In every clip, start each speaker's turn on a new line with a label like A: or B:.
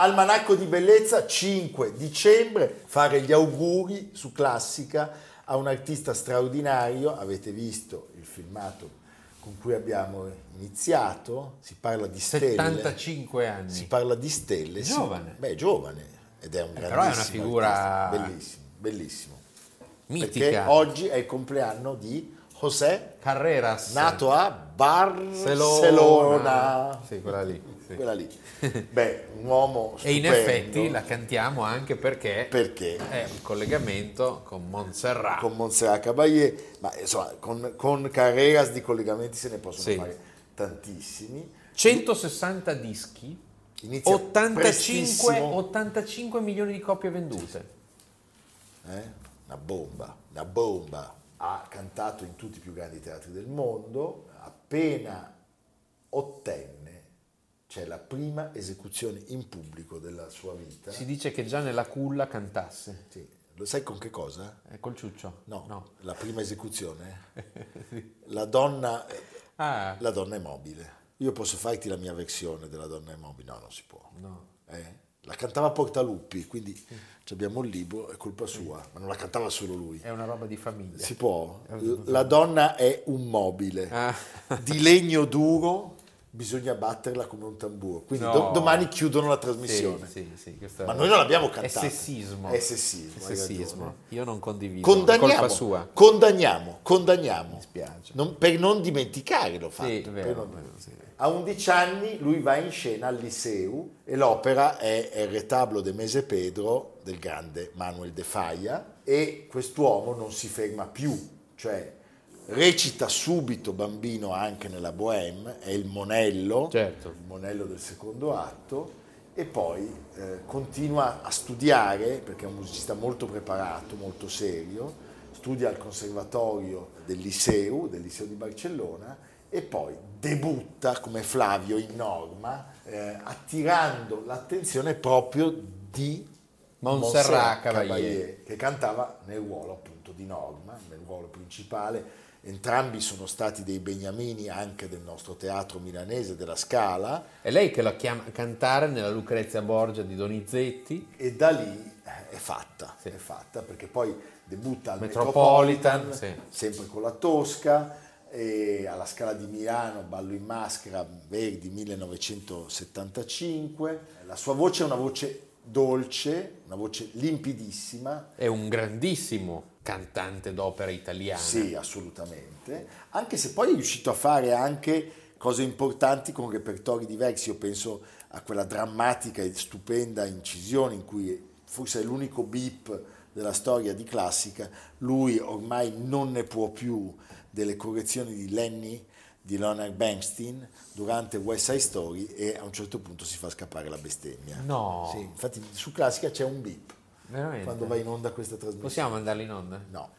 A: Almanacco di Bellezza 5 dicembre, fare gli auguri su Classica a un artista straordinario, avete visto il filmato con cui abbiamo iniziato, si parla di stelle,
B: 75 anni.
A: si parla di stelle, si-
B: Giovane. Eh,
A: beh giovane ed è un
B: però è una
A: grandissimo
B: figura-
A: artista, bellissimo, bellissimo, perché
B: Mitica.
A: oggi è il compleanno di José,
C: Carreras.
A: nato a Barcellona,
C: Sì, quella lì. sì.
A: quella lì, beh un uomo
B: E in
A: stupendo,
B: effetti la cantiamo anche perché
A: perché
B: è un collegamento con Montserrat.
A: con Montserrat Caballé, ma insomma con, con Carreras di collegamenti se ne possono
B: Sì.
A: fare tantissimi.
B: 160 dischi,
A: Inizia
B: 85,
A: prestissimo,
B: 85 milioni di copie vendute.
A: eh, una bomba, una bomba. Ha cantato in tutti i più grandi teatri del mondo, appena ottenne c'è la prima esecuzione in pubblico della sua vita.
B: Si dice che già nella culla cantasse.
A: Sì. Lo sai con che cosa?
B: Eh, col ciuccio?
A: No, la prima esecuzione. La donna eh,
B: Ah,
A: La donna è mobile. Io posso farti la mia versione della donna è mobile? No, non si può.
B: no.
A: Eh? La cantava Portaluppi, quindi ci abbiamo il libro, è colpa sua, ma non la cantava solo lui.
B: È una roba di famiglia.
A: Si può? La donna è un mobile,
B: Eh, Ah,
A: di legno duro, bisogna batterla come un tamburo. Quindi
B: No.
A: do- domani chiudono la
B: sì,
A: trasmissione.
B: sì, sì, questo è-
A: Ma noi non l'abbiamo
B: È
A: cantata.
B: sessismo.
A: È sessismo,
B: È
A: hai
B: sessismo.
A: ragione.
B: Io non condivido. È
A: Condanniamo, Ah,
B: colpa sua.
A: condanniamo, condanniamo.
B: dispiace.
A: Non- per non dimenticare l'ho fatto.
B: Sì,
A: per
B: vero,
A: non-
B: vero, sì.
A: A 11 anni lui va in scena al Liceu e l'opera è Il retablo de Mese Pedro del grande Manuel de Faia e quest'uomo non si ferma più, cioè recita subito bambino anche nella Bohème, è il Monello,
B: Certo.
A: il Monello del secondo atto e poi eh, continua a studiare perché è un musicista molto preparato, molto serio, studia al conservatorio del Liceu, del Liceo di Barcellona e poi debutta come Flavio in norma eh, attirando l'attenzione proprio di
B: Montserrat Caballé.
A: che cantava nel ruolo appunto di norma, nel ruolo principale. Entrambi sono stati dei beniamini anche del nostro teatro milanese, della Scala,
B: È lei che la chiama a cantare nella Lucrezia Borgia di Donizetti.
A: e da lì eh, è fatta,
B: Sì.
A: è fatta perché poi debutta al
B: Metropolitan,
A: Metropolitan,
B: sì.
A: sempre con la Tosca, e alla Scala di Milano, Ballo in maschera, Verdi 1975. La sua voce è una voce dolce, una voce limpidissima,
B: È un grandissimo cantante d'opera italiana.
A: sì, assolutamente, anche se poi è riuscito a fare anche cose importanti con repertori diversi, io penso a quella drammatica e stupenda incisione in cui forse è l'unico beep della storia di classica, lui ormai non ne può più delle correzioni di Lenny di Leonard Bernstein durante West Side Story e a un certo punto si fa scappare la bestemmia.
B: No.
A: Sì, infatti su classica c'è un beep
B: Veramente.
A: quando va in onda questa trasmissione.
B: Possiamo mandarli in onda?
A: No.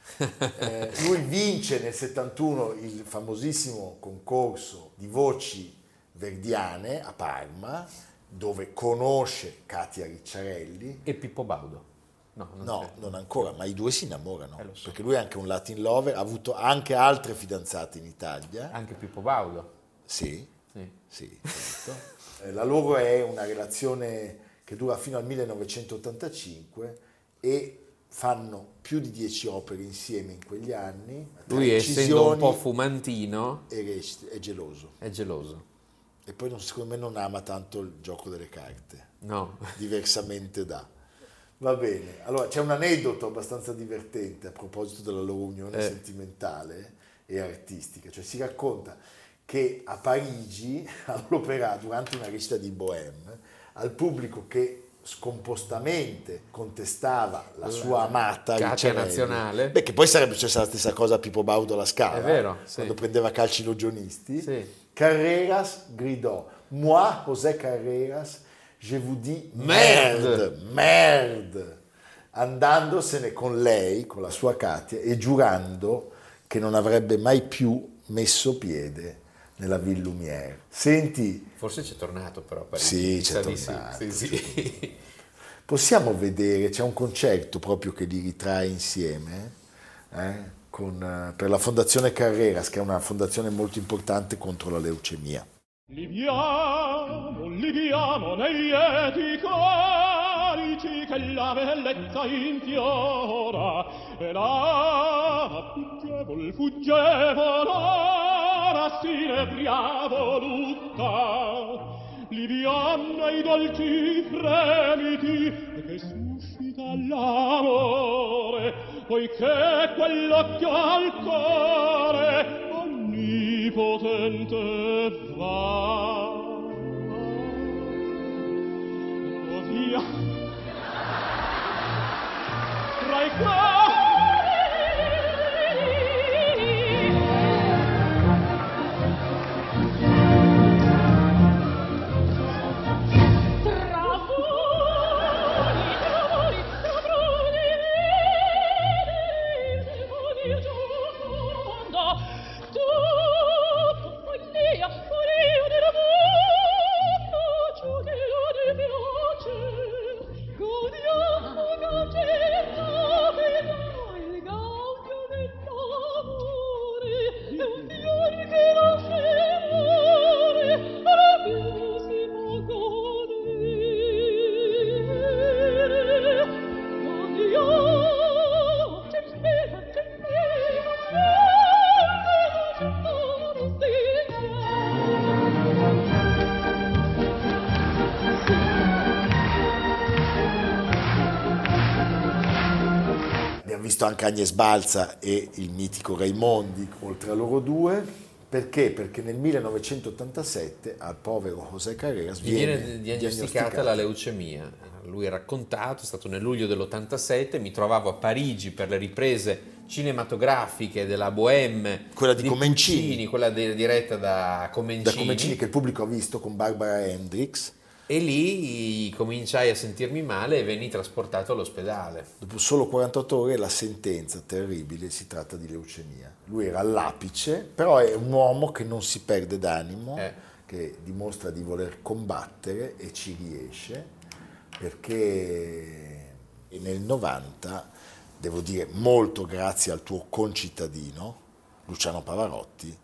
A: Eh, lui vince nel 71 il famosissimo concorso di voci verdiane a Parma, dove conosce Katia Ricciarelli.
B: E Pippo Baudo? No, non
A: No,
B: c'è.
A: non ancora, ma i due si innamorano,
B: lo so.
A: perché lui è anche un Latin lover, ha avuto anche altre fidanzate in Italia.
B: Anche Pippo Baudo.
A: Sì,
B: Sì.
A: sì, certo. Eh, La loro è una relazione che dura fino al 1985 e fanno più di dieci opere insieme in quegli anni.
B: Lui
A: tre
B: essendo un po'
A: incisioni,
B: fumantino
A: e rest- è geloso.
B: è geloso.
A: E poi non- secondo me non ama tanto il gioco delle carte,
B: No,
A: diversamente da. Va bene, allora c'è un aneddoto abbastanza divertente a proposito della loro unione
B: Eh.
A: sentimentale e artistica, cioè si racconta che a Parigi, all'opera, durante una recita di Bohème, al pubblico che scompostamente contestava la sua amata
B: Katia
A: Ricciarelli-
B: nazionale.
A: beh che poi sarebbe successa la stessa cosa a Pippo Baudo alla Scala,
B: È vero, sì.
A: quando prendeva calci logionisti,
B: Sì.
A: Carreras gridò, moi, José Carreras, je vous dis merde,
B: Merde.
A: merde, andandosene con lei, con la sua Katia, e giurando che non avrebbe mai più messo piede nella Ville Lumière. Senti,
B: forse c'è tornato però. a Parigi.
A: Sì,
B: Mi
A: c'è
B: sa di
A: tornato,
B: Sì, sì, sì.
A: possiamo vedere, c'è un concerto proprio che li ritrae insieme, eh, con, eh, per la Fondazione Carreras, che è una fondazione molto importante contro la leucemia.
D: Liviamo, liviamo nei lieti corici che la bellezza infiora e la fuggevol, fuggevol ora si nebria volutta. Liviam nei dolci fremiti che suscita l'amore, poiché quell'occhio al cuore onnipotente va. Così a- tra i cuori
A: Abbiamo visto anche Agnes Balza e il mitico Raimondi, oltre a loro due. Perché? Perché nel 1987 al povero José Carreras
B: Gli
A: viene,
B: viene diagnosticata la leucemia. Lui ha raccontato, è stato nel luglio dell'87, mi trovavo a Parigi per le riprese cinematografiche della Bohème.
A: Quella di Comencini.
B: Puccini, quella de- diretta da
A: da
B: Comencini.
A: Comencini che il pubblico ha visto con Barbara Hendricks.
B: E lì cominciai a sentirmi male e venni trasportato all'ospedale.
A: Dopo solo 48 ore la sentenza terribile si tratta di leucemia. Lui era all'apice, però è un uomo che non si perde d'animo,
B: Eh.
A: che dimostra di voler combattere e ci riesce, perché nel 90, devo dire molto grazie al tuo concittadino, Luciano Pavarotti,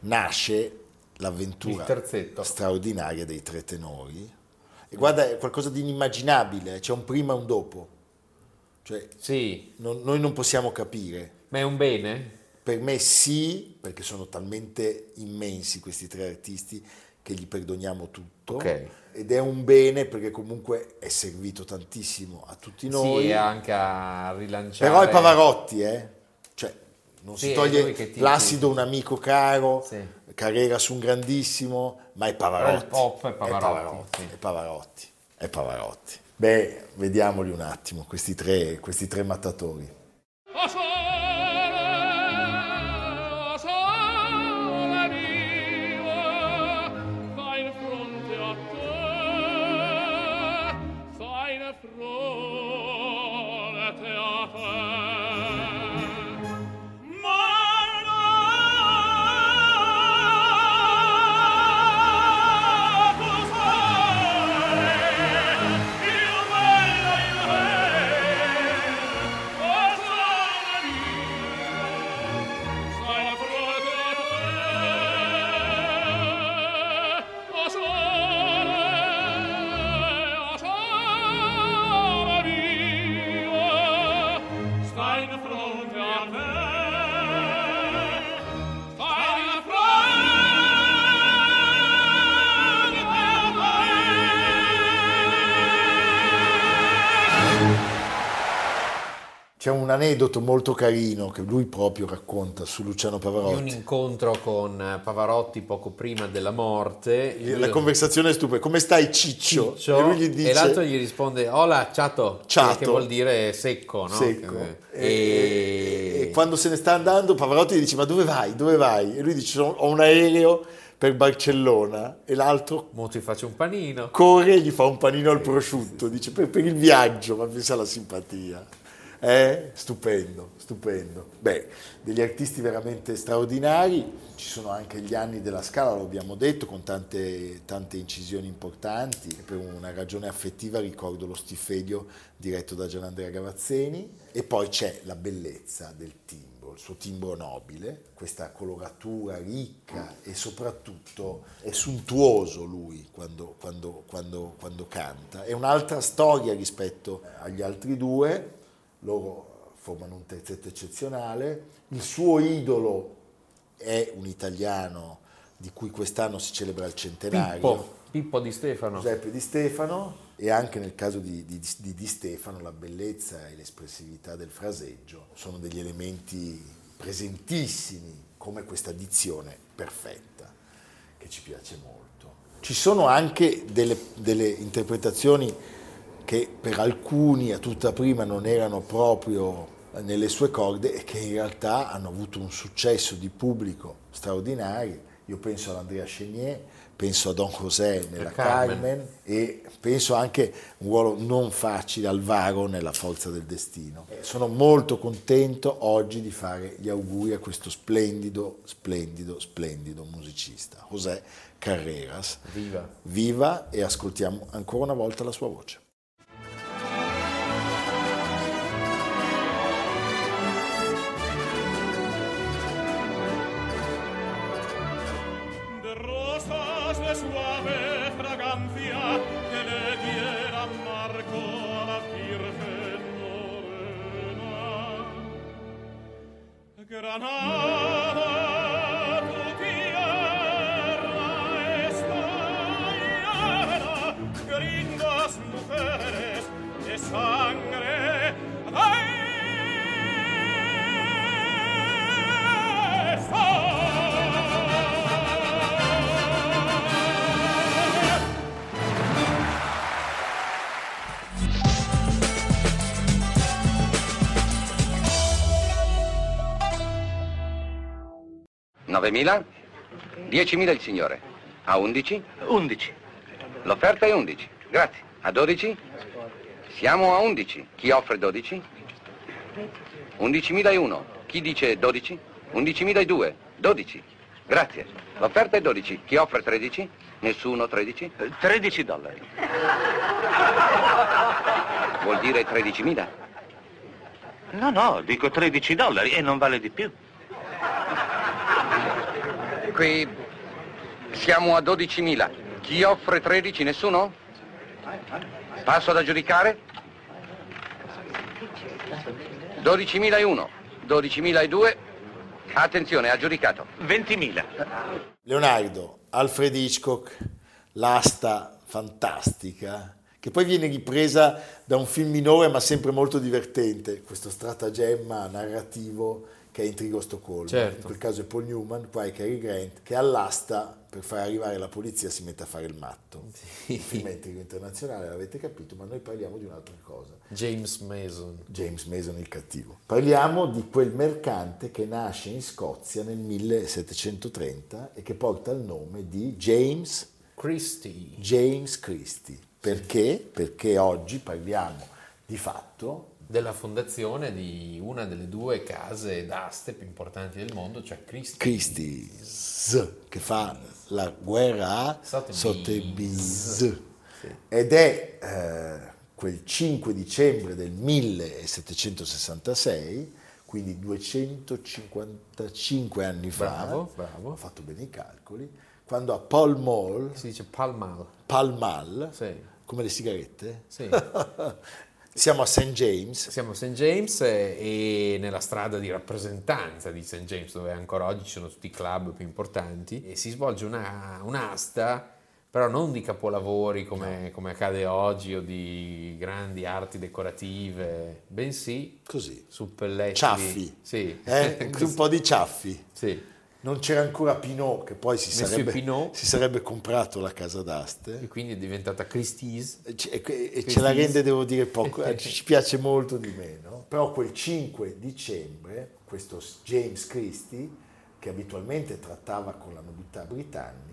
A: nasce l'avventura
B: Il terzetto.
A: straordinaria dei tre tenori. E guarda, è qualcosa di inimmaginabile, c'è un prima e un dopo. Cioè,
B: Sì,
A: non- noi non possiamo capire.
B: ma è un bene?
A: Per me sì, perché sono talmente immensi questi tre artisti che gli perdoniamo tutto.
B: Ok.
A: Ed è un bene perché comunque è servito tantissimo a tutti noi.
B: Sì, e anche a rilanciare...
A: Però è Pavarotti, eh? Cioè, non
B: Cioè, Sì,
A: si
B: è
A: toglie
B: lui che ti-
A: Placido, un amico caro,
B: Sì.
A: Carrera su un grandissimo, ma è
B: Però
A: Pavarotti.
B: il pop è Pavarotti, sì.
A: È Pavarotti, è Pavarotti. Beh, vediamoli un attimo, questi tre, questi tre mattatori.
D: O sole, o sole mio, fai in fronte a te, fai in fronte a te. Malato Oh, sole, il bello in me, o
A: C'è un aneddoto molto carino che lui proprio racconta su Luciano
B: Di un
A: Pavarotti.
B: incontro con eh, Pavarotti poco prima della morte. Lui
A: La
B: lo-
A: conversazione è stupida. Come stai, Ciccio?
B: Ciccio,
A: e lui gli dice:
B: e l'altro gli risponde hola ciato,
A: Ciato.
B: che vuol dire secco, no?
A: secco.
B: Che-
A: E, e- e quando se ne sta andando, Pavarotti gli dice: Ma dove vai? Dove vai? E lui dice: "Sono- Ho un aereo per Barcellona. E l'altro
B: Mo ti faccio un panino.
A: corre e gli fa un panino al prosciutto. Dice: Per, per il viaggio, ma pensa alla simpatia. Eh? Stupendo, stupendo. Beh, degli artisti veramente straordinari. Ci sono anche gli anni della scala, lo abbiamo detto, con tante, tante incisioni importanti. E Per una ragione affettiva ricordo lo Stifedio diretto da Gianandrea Gavazzeni. E poi c'è la bellezza del timbro, il suo timbro nobile, questa coloratura ricca e soprattutto è suntuoso lui quando, quando- quando- quando canta. È un'altra storia rispetto agli altri due, loro formano un terzetto eccezionale, il suo idolo è un italiano di cui quest'anno si celebra il centenario.
B: Pippo, Pippo di Stefano.
A: Giuseppe Di Stefano e anche nel caso di di, di- di Stefano la bellezza e l'espressività del fraseggio sono degli elementi presentissimi come questa dizione perfetta che ci piace molto. Ci sono anche delle, delle interpretazioni che per alcuni a tutta prima non erano proprio nelle sue corde e che in realtà hanno avuto un successo di pubblico straordinario. Io penso all'Andrea Chenier, penso a Don José nella
B: Carmen.
A: Carmen. e penso anche un ruolo non facile al Varo nella Forza del Destino. Sono molto contento oggi di fare gli auguri a questo splendido, splendido, splendido musicista, José Carreras.
B: Viva.
A: Viva e ascoltiamo ancora una volta la sua voce.
D: de rosas de suave fragancia que le diera marco a la Virgen Morena. Granada, tu tierra está llena, gringas mujeres de sangre. ¡Ahí está!
E: $9.000? 10.000 il signore. A 11? 11. L'offerta è 11. Grazie. A 12? Siamo a 11. Chi offre 12? 11.001. Chi dice 12? 11.002. 12. Grazie. L'offerta è 12. Chi offre 13? Nessuno 13? 13 dollari. Vuol dire 13.000?
F: No, no, dico 13 dollari e non vale di più.
E: Qui siamo a 12.000. Chi offre 13? Nessuno? Passo da giudicare? 12.001, 12.002. Attenzione, ha giudicato.
F: 20.000.
A: Leonardo, Alfred Hitchcock, l'asta fantastica, che poi viene ripresa da un film minore ma sempre molto divertente, questo stratagemma narrativo che è Intrigo a Stoccolma.
B: Certo.
A: In quel caso è Paul Newman, qua è Cary Grant, che all'asta per far arrivare la polizia si mette a fare il matto. Il film è Intrigo Internazionale, l'avete capito, ma noi parliamo di un'altra cosa.
B: James Mason.
A: James Mason il cattivo. Parliamo di quel mercante che nasce in Scozia nel 1730 e che porta il nome di James,
B: Christie.
A: James Christie. Perché? Perché oggi parliamo di fatto
B: della fondazione di una delle due case d'aste più importanti del mondo, cioè Christie.
A: Christie's che fa la guerra a
B: Sotheby's.
A: Sotheby's ed è eh, quel 5 dicembre del 1766 quindi 255 anni fa
B: Bravo, bravo.
A: ho fatto bene i calcoli quando a Paul Mall
B: Si dice Pall Mall.
A: Pall Mall
B: Sì.
A: come le sigarette
B: Sì.
A: siamo a St. James
B: Siamo a St. James eh, e nella strada di rappresentanza di St. James, dove ancora oggi ci sono tutti i club più importanti, e si svolge una- un'asta però non di capolavori come, come accade oggi o di grandi arti decorative, bensì
A: Così.
B: su pelletti.
A: Ciaffi.
B: Sì.
A: Eh? Un
B: Così.
A: po' di ciaffi.
B: sì.
A: Non c'era ancora Pinot, che poi si
B: Monsieur
A: sarebbe,
B: Pinot.
A: si sarebbe comprato la casa
B: E
A: d'arte.
B: quindi è diventata Christie's.
A: E ce- e que- e ce la rende, devo dire, poco, eh, ci piace molto di meno. Però quel 5 dicembre, questo James Christie, che abitualmente trattava con la nobiltà britannica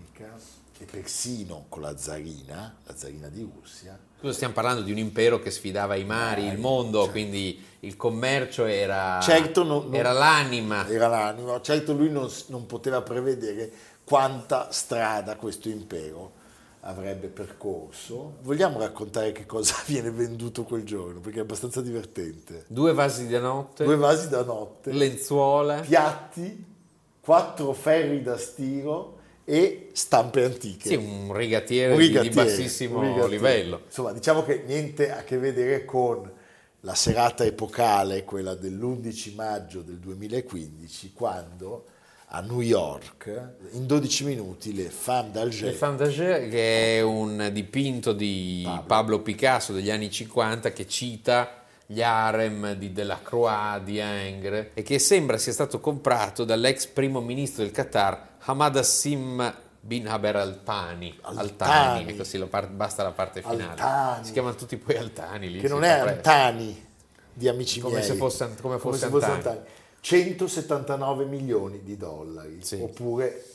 A: e persino con la zarina, la zarina di Russia,
B: Scusa, stiamo parlando di un impero che sfidava i mari,
A: Eh,
B: il mondo, quindi il commercio era,
A: cioè. Certo, no- Eh. no-
B: Ah, era l'anima.
A: era l'anima. Certo lui non, s- non poteva prevedere quanta strada questo impero avrebbe percorso. Vogliamo raccontare che cosa viene venduto quel giorno, perché è abbastanza divertente.
B: Due vasi da notte,
A: Due vasi da notte,
B: lenzuola,
A: piatti, quattro ferri da stiro e stampe antiche.
B: sì, un rigatiere,
A: Un
B: di-
A: rigatiere,
B: di bassissimo
A: un rigatiere.
B: livello.
A: Insomma, diciamo che niente a che vedere con la serata epocale, quella dell'11 maggio del 2015, quando a New York, in 12 minuti, le femme
B: Le
A: d'Alger
B: Femme d'Alger, che è un dipinto di Pablo. Picasso degli anni 50 che cita gli harem di Delacroix, di Ingres e che sembra sia stato comprato dall'ex primo ministro del Qatar Hamad Hassim bin Haber Al-Thani. Altani,
A: Al-Thani.
B: ecco, sì, la par- basta la parte finale.
A: Al-Thani.
B: Si chiamano tutti poi Altani lì.
A: che
B: si
A: non
B: fa
A: è
B: presto.
A: Antani di Amici
B: Come
A: miei.
B: se fosse- come fosse Antani.
A: 179 milioni di dollari,
B: Sì.
A: oppure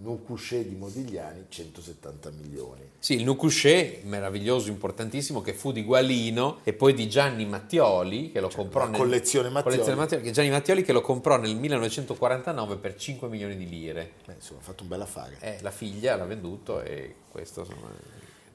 A: Nucusce di Modigliani 170 milioni. Eh,
B: Sì, il Nucuscè, meraviglioso, importantissimo, che fu di Gualino e poi di Gianni Mattioli, che lo comprò
A: Cioè, la
B: nel,
A: collezione Mattioli.
B: collezione che Gianni Mattioli che lo comprò nel 1949 per 5 milioni di lire.
A: Beh, insomma, ha fatto un bel affare.
B: Eh, la figlia l'ha venduto e questo insomma...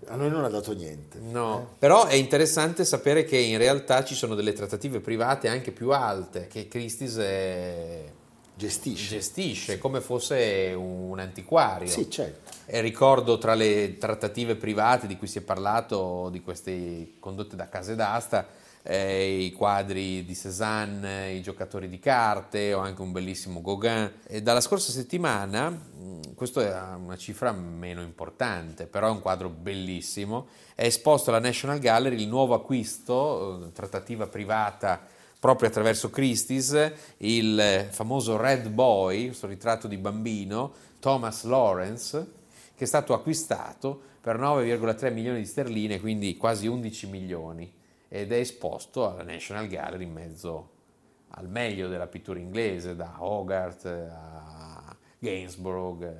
A: A noi non ha dato niente.
B: No,
A: Eh.
B: però è interessante sapere che in realtà ci sono delle trattative private anche più alte che Christie's eh,
A: Gestisce.
B: gestisce come fosse un antiquario.
A: Sì, certo.
B: E ricordo tra le trattative private di cui si è parlato, di queste condotte da case d'asta, eh, i quadri di Cézanne, i giocatori di carte o anche un bellissimo Gauguin. E dalla scorsa settimana, mh, questo è una cifra meno importante, però è un quadro bellissimo, è esposto alla National Gallery il nuovo acquisto, eh, trattativa privata proprio attraverso Christie's, il eh, famoso Red Boy, questo ritratto di bambino, Thomas Lawrence, che è stato acquistato per 9,3 milioni di sterline, quindi quasi 11 milioni, ed è esposto alla National Gallery in mezzo al meglio della pittura inglese, da Hogarth a Gainsborough, eh,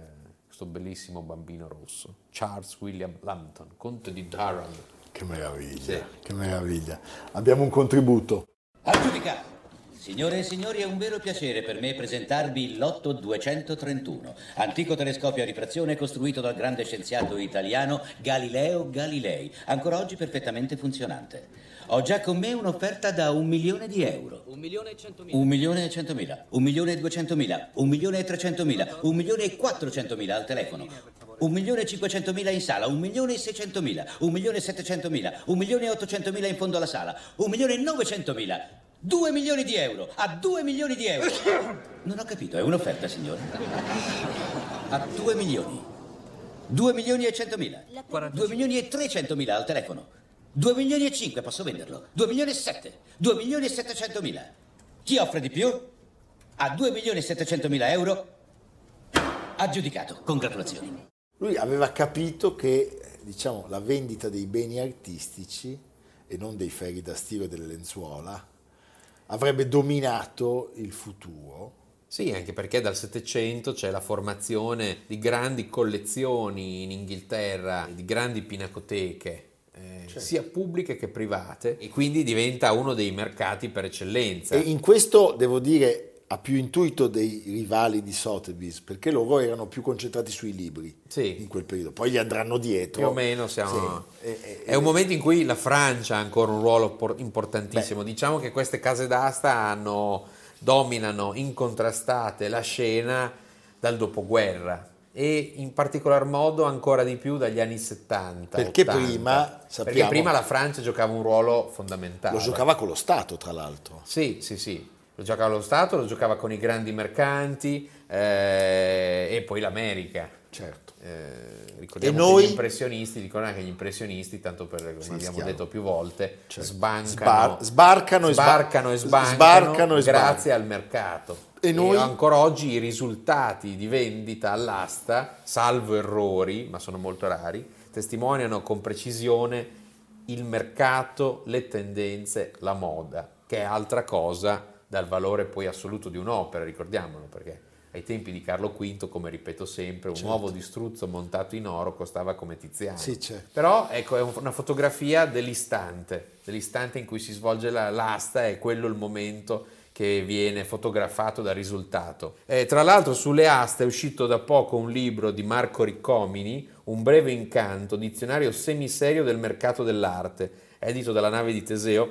B: questo bellissimo bambino rosso, Charles William Lambton, conte di Durham.
A: Che meraviglia,
B: Sì.
A: che meraviglia. Abbiamo un contributo.
G: A giudicare! Signore e signori, è un vero piacere per me presentarvi il Lotto 231, antico telescopio a rifrazione costruito dal grande scienziato italiano Galileo Galilei, ancora oggi perfettamente funzionante. Ho già con me un'offerta da un milione di euro.
H: Un milione e centomila.
G: Un milione e centomila, un milione e duecentomila, un milione e trecentomila, un milione e quattrocentomila al telefono, un milione e cinquecentomila in sala, un milione e seicentomila, un milione e settecentomila, un milione e ottocentomila in fondo alla sala, un milione e novecentomila, due milioni di euro, a due milioni di euro. Non ho capito, è un'offerta, signore. A due milioni. Due milioni e centomila, due milioni e trecentomila al telefono. Due milioni e cinque, posso venderlo. Due milioni e sette, due milioni e settecentomila. Chi offre di più? A due milioni e settecentomila euro. Aggiudicato. Congratulazioni.
A: Lui aveva capito che eh, diciamo, la vendita dei beni artistici e non dei ferri da stiro e delle lenzuola avrebbe dominato il futuro.
B: Sì, anche perché dal Settecento c'è la formazione di grandi collezioni in Inghilterra, di grandi pinacoteche, eh,
A: Certo.
B: sia pubbliche che private, e quindi diventa uno dei mercati per eccellenza.
A: E in questo, devo dire, ha più intuito dei rivali di Sotheby's, perché loro erano più concentrati sui libri
B: Sì.
A: in quel periodo. Poi gli andranno dietro.
B: Più o meno siamo...
A: Sì, e- e-
B: è un momento in cui la Francia ha ancora un ruolo por- importantissimo. Diciamo che queste case d'asta hanno- dominano incontrastate la scena dal dopoguerra e in particolar modo ancora di più dagli anni 70.
A: Perché
B: 80.
A: prima,
B: Perché
A: sappiamo-
B: prima la Francia giocava un ruolo fondamentale.
A: Lo giocava con lo Stato, tra l'altro.
B: Sì, sì, sì. Lo giocava lo Stato, lo giocava con i grandi mercanti eh, e poi l'America.
A: Certo.
B: Eh, ricordiamo
A: E noi?
B: che gli impressionisti, dicono anche gli impressionisti, tanto per come abbiamo
A: stiamo.
B: detto più volte,
A: Cioè,
B: sbancano,
A: sbar- sbarcano e sba-
B: sbarcano e sbancano
A: sbarcano e sbancano.
B: grazie al mercato.
A: E noi?
B: ancora oggi i risultati di vendita all'asta, salvo errori, ma sono molto rari, testimoniano con precisione il mercato, le tendenze, la moda, che è altra cosa dal valore poi assoluto di un'opera, ricordiamolo, perché ai tempi di Carlo V, come ripeto sempre,
A: Certo.
B: un uovo di struzzo montato in oro costava come Tiziano.
A: Sì, certo.
B: Però ecco, è un- una fotografia dell'istante, dell'istante in cui si svolge la- l'asta, è quello il momento che viene fotografato dal risultato. Eh, tra l'altro sulle aste è uscito da poco un libro di Marco Riccomini, Un breve incanto, dizionario semiserio del mercato dell'arte, edito dalla nave di Teseo,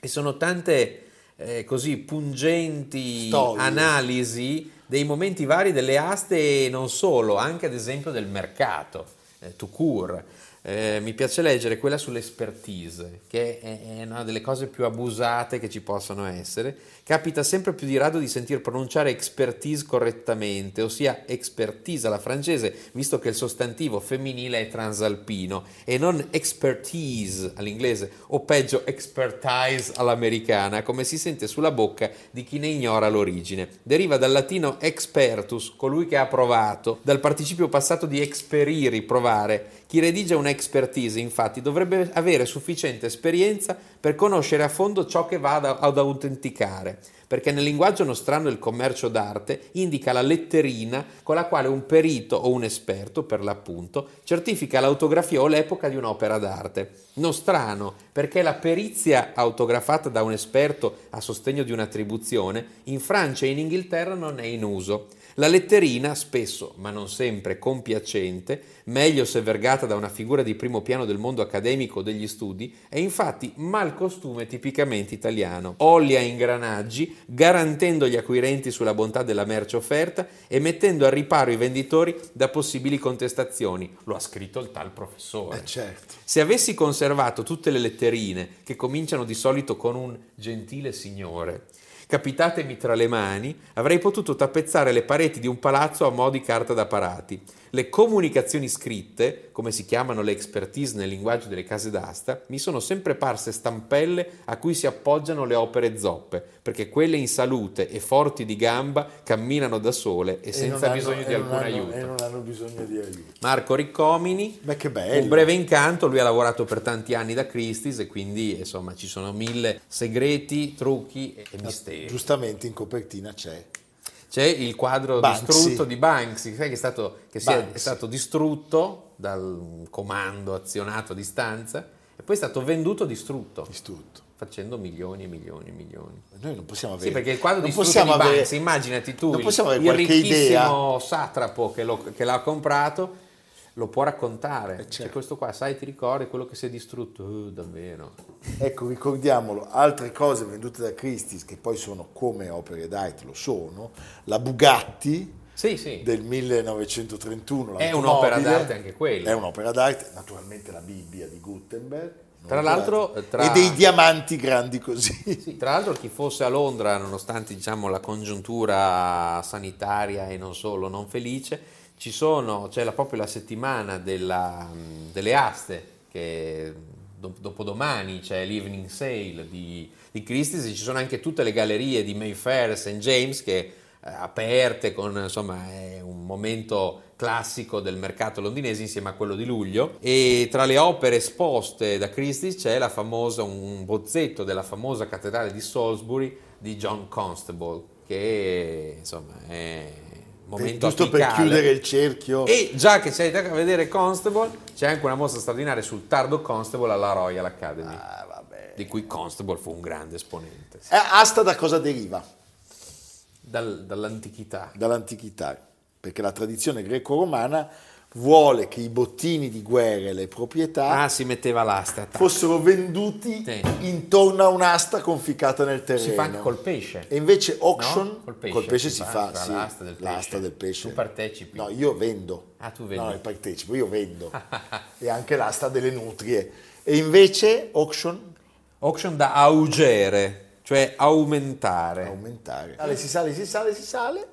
B: e sono tante eh, così pungenti
A: Storie.
B: analisi dei momenti vari delle aste e non solo, anche ad esempio del mercato, eh, to cure. Eh, mi piace leggere quella sull'expertise, che è, è una delle cose più abusate che ci possano essere. Capita sempre più di rado di sentir pronunciare expertise correttamente, ossia expertise alla francese, visto che il sostantivo femminile è transalpino, e non expertise all'inglese, o peggio expertise all'americana, come si sente sulla bocca di chi ne ignora l'origine. Deriva dal latino expertus, colui che ha provato, dal participio passato di experiri, provare. Chi redige un'expertise, infatti, dovrebbe avere sufficiente esperienza per conoscere a fondo ciò che va ad, ad autenticare, perché nel linguaggio nostrano del commercio d'arte indica la letterina con la quale un perito o un esperto, per l'appunto, certifica l'autografia o l'epoca di un'opera d'arte. Nostrano, perché la perizia autografata da un esperto a sostegno di un'attribuzione in Francia e in Inghilterra non è in uso. La letterina, spesso ma non sempre compiacente, meglio se vergata da una figura di primo piano del mondo accademico o degli studi, è infatti mal costume tipicamente italiano. Ollia ingranaggi, garantendo gli acquirenti sulla bontà della merce offerta e mettendo al riparo i venditori da possibili contestazioni. Lo ha scritto il tal professore.
A: Eh, certo.
B: Se avessi conservato tutte le letterine, che cominciano di solito con un gentile signore, capitatemi tra le mani, avrei potuto tappezzare le pareti di un palazzo a mo' di carta da parati. Le comunicazioni scritte, come si chiamano le expertise nel linguaggio delle case d'asta, mi sono sempre parse stampelle a cui si appoggiano le opere zoppe, perché quelle in salute e forti di gamba camminano da sole e,
A: non
B: senza
A: hanno-
B: bisogno di
A: e non
B: alcun
A: hanno-
B: aiuto.
A: E non hanno bisogno di aiuto.
B: Marco Riccomini.
A: Beh, che bello.
B: Un breve incanto, lui ha lavorato per tanti anni da Christie's e quindi insomma ci sono mille segreti, trucchi e e misteri.
A: Ah, Giustamente in copertina c'è.
B: C'è il quadro
A: Banksy.
B: distrutto di Banksy, sai che è stato, che si è-
A: Banksy.
B: è stato distrutto dal comando azionato a distanza e poi è stato venduto distrutto,
A: Distrutto.
B: facendo milioni e milioni e milioni.
A: Noi non possiamo avere.
B: Sì, perché il quadro
A: non
B: distrutto
A: possiamo
B: di
A: avere-
B: Banksy, immaginati tu,
A: non
B: il,
A: possiamo avere
B: il
A: qualche idea.
B: ricchissimo satrapo che, lo- che l'ha comprato, lo può raccontare. Cioè,
A: certo.
B: questo qua, sai, ti ricordi quello che si è distrutto? Eh, davvero.
A: Ecco, ricordiamolo, altre cose vendute da Christie's che poi sono come opere d'arte, lo sono, la Bugatti
B: Sì, sì.
A: del 1931,
B: È
A: l'automobile,
B: un'opera d'arte anche quella.
A: È un'opera d'arte, naturalmente la Bibbia di Gutenberg. non
B: Tra
A: ricordate,
B: l'altro, eh, tra-
A: E dei diamanti grandi così.
B: Sì, tra l'altro chi fosse a Londra, nonostante diciamo, la congiuntura sanitaria e non solo non felice, ci sono, c'è la- proprio la settimana della, mh, delle aste, che do- dopodomani c'è l'evening sale di, di Christie's, e ci sono anche tutte le gallerie di Mayfair, St. James che eh, aperte con insomma è un momento classico del mercato londinese insieme a quello di luglio e tra le opere esposte da Christie c'è la famosa un bozzetto della famosa cattedrale di Salisbury di John Constable che insomma è un momento
A: Giusto per
B: apicale.
A: chiudere il cerchio.
B: e già che sei andato a vedere Constable c'è anche una mostra straordinaria sul tardo Constable alla Royal Academy
A: Ah, vabbè.
B: di cui Constable fu un grande esponente
A: Eh, Asta da cosa deriva?
B: Dal- dall'antichità
A: dall'antichità, perché la tradizione greco-romana vuole che i bottini di guerra e le proprietà
B: ah si metteva l'asta tac.
A: fossero venduti
B: Sì.
A: intorno a un'asta conficata nel terreno.
B: si fa anche col pesce
A: E invece auction
B: No? Col pesce
A: si fa, sì,
B: l'asta del pesce. Tu partecipi.
A: No, io vendo.
B: Ah, tu vendi.
A: No, io partecipo, io vendo. e anche l'asta delle nutrie. E invece auction
B: Auction da augere, cioè aumentare.
A: aumentare. Sale, si sale, si sale, si sale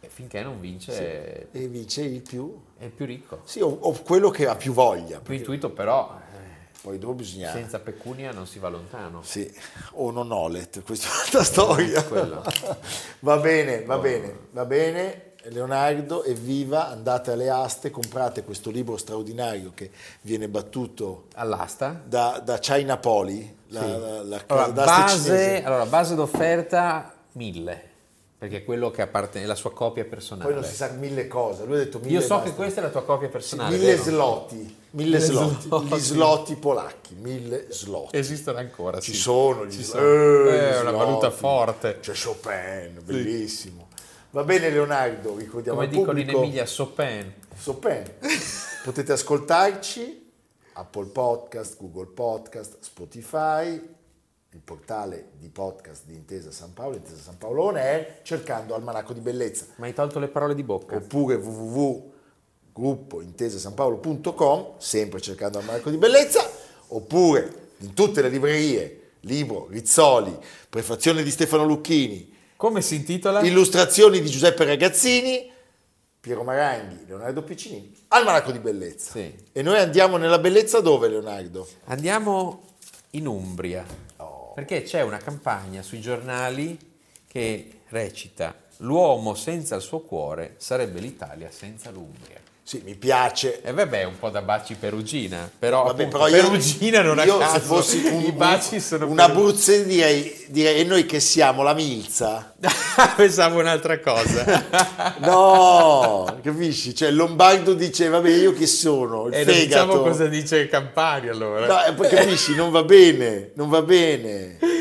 B: E finché non vince
A: E vince il più.
B: è il più ricco.
A: Sì, o, o quello che ha più voglia.
B: Più intuito però,
A: Poi dopo bisogna...
B: senza pecunia non si va lontano.
A: Sì, o non Olet, questa è un'altra storia.
B: quella.
A: Va bene, va bene, va bene. Leonardo, evviva, andate alle aste, comprate questo libro straordinario che viene battuto
B: All'asta.
A: da, da China Poli, la, la- la
B: Allora,
A: casa d'aste
B: base,
A: cinese.
B: allora, base d'offerta 1000, perché è quello che appartiene, la sua copia personale.
A: Poi non si sa mille cose, lui ha detto mille
B: Io so
A: basta.
B: che questa è la tua copia personale.
A: Mille
B: vero?
A: slotti, mille, slotti,
B: slotti.
A: gli slotti polacchi, mille slotti.
B: Esistono ancora.
A: Ci
B: sì.
A: sono gli
B: Ci
A: sl-
B: sono.
A: eh, gli
B: È una
A: slotti.
B: valuta forte.
A: C'è Chopin, bellissimo. Va bene Leonardo, ricordiamo
B: Come
A: al
B: dicono in
A: pubblico-
B: Emilia, Chopin.
A: Chopin. Potete ascoltarci Apple Podcast, Google Podcast, Spotify, il portale di podcast di Intesa San Paolo, Intesa San Paolo On Air, cercando Almanacco di Bellezza,
B: Ma hai tolto le parole di bocca.
A: Certo. oppure www.gruppointesasanpaolo.com, sempre cercando Almanacco di Bellezza, oppure in tutte le librerie, libro, Rizzoli, prefazione di Stefano Lucchini,
B: Come si intitola?
A: illustrazioni di Giuseppe Ragazzini, Piero Maranghi, Leonardo Piccinini, Almanacco di Bellezza.
B: Sì.
A: E noi andiamo nella bellezza dove, Leonardo?
B: Andiamo in Umbria, perché c'è una campagna sui giornali che recita L'uomo senza il suo cuore sarebbe l'Italia senza l'Umbria.
A: Sì, mi piace.
B: E vabbè, è un po' da baci perugina, però,
A: Vabbè,
B: Eh, appunto,
A: però io-
B: perugina non a
A: io
B: caso.
A: se fossi un,
B: I baci sono
A: un
B: perugini.
A: abruzzese direi, direi, e noi che siamo la milza?
B: Pensavo un'altra cosa.
A: No, capisci? Cioè Lombardo dice, vabbè, io che sono? Il
B: e non
A: fegato.
B: diciamo cosa dice il Campari allora.
A: No, eh, poi capisci, non va bene, non va bene.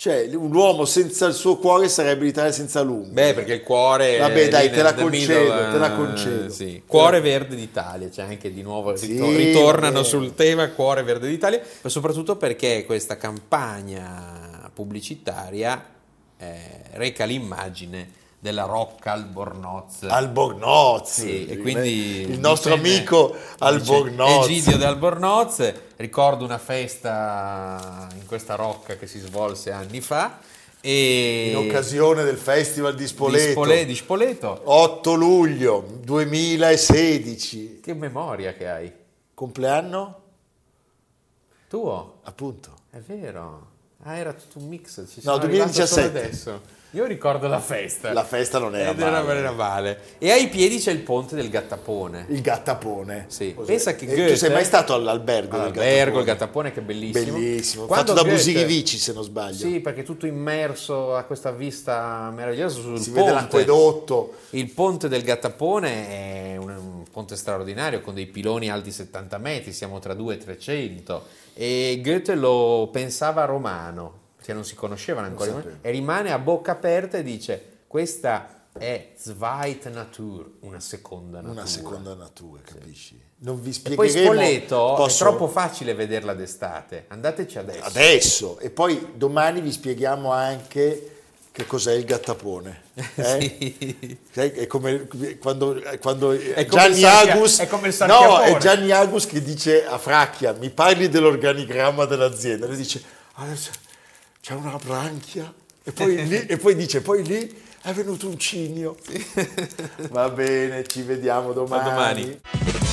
A: Cioè, un uomo senza il suo cuore sarebbe l'Italia senza l'umbra.
B: Beh, perché il cuore. è
A: Vabbè, dai,
B: lì
A: te la
B: nel
A: concedo,
B: middle,
A: te la
B: eh,
A: concedo.
B: sì. Cuore verde d'Italia, cioè anche di nuovo
A: Sì,
B: ritor- ritornano
A: vabbè.
B: sul tema cuore verde d'Italia, ma soprattutto perché questa campagna pubblicitaria eh, reca l'immagine della Rocca Albornoz.
A: Albornoz
B: Sì, e quindi eh,
A: il nostro
B: dice-
A: amico
B: dice,
A: Albornoz
B: Egidio di Albornoz ricordo una festa in questa rocca che si svolse anni fa e
A: in occasione del festival di Spoleto,
B: eh, di Spole- di Spoleto
A: 8 luglio 2016
B: Che memoria che hai?
A: compleanno
B: Tuo?
A: appunto
B: È vero. Ah, era tutto un mix. Ci
A: No,
B: sono arrivato solo
A: 2017.
B: adesso. Io ricordo la festa.
A: la festa non era
B: Ed Eh, era
A: male
B: era male. E ai piedi c'è il ponte del Gattapone.
A: il gattapone
B: Sì.
A: Cos'è?
B: Pensa che
A: E
B: Goethe-
A: tu sei mai stato all'albergo del
B: L'albergo, il
A: gattapone
B: Gattapone che è bellissimo.
A: bellissimo fatto
B: Quando
A: da
B: Goethe-
A: Busiri Vici se non sbaglio
B: Sì, perché tutto immerso a questa vista meravigliosa sul
A: si vede
B: ponte.
A: l'acquedotto
B: Il ponte del Gattapone è un, un ponte straordinario con dei piloni alti 70 metri, siamo tra 2 e 300 e Goethe lo pensava romano, perché non si conoscevano ancora, i romani, e rimane a bocca aperta e dice questa è Zweite Natur, una seconda natura.
A: una seconda natura capisci non vi
B: E poi
A: spiegheremo
B: Spoleto
A: Posso-
B: è troppo facile vederla d'estate, andateci adesso.
A: adesso e poi domani vi spieghiamo anche che cos'è il gattapone eh?
B: Sì.
A: Sai, è come quando, quando
B: È come
A: Gianni
B: il sarchia-
A: Agus
B: è come il
A: no
B: sarchiapone.
A: è Gianni Agus che dice a Fracchia mi parli dell'organigramma dell'azienda lui dice adesso c'è una branchia e poi lì, e poi dice poi lì è venuto un cigno va bene ci vediamo domani,
B: domani.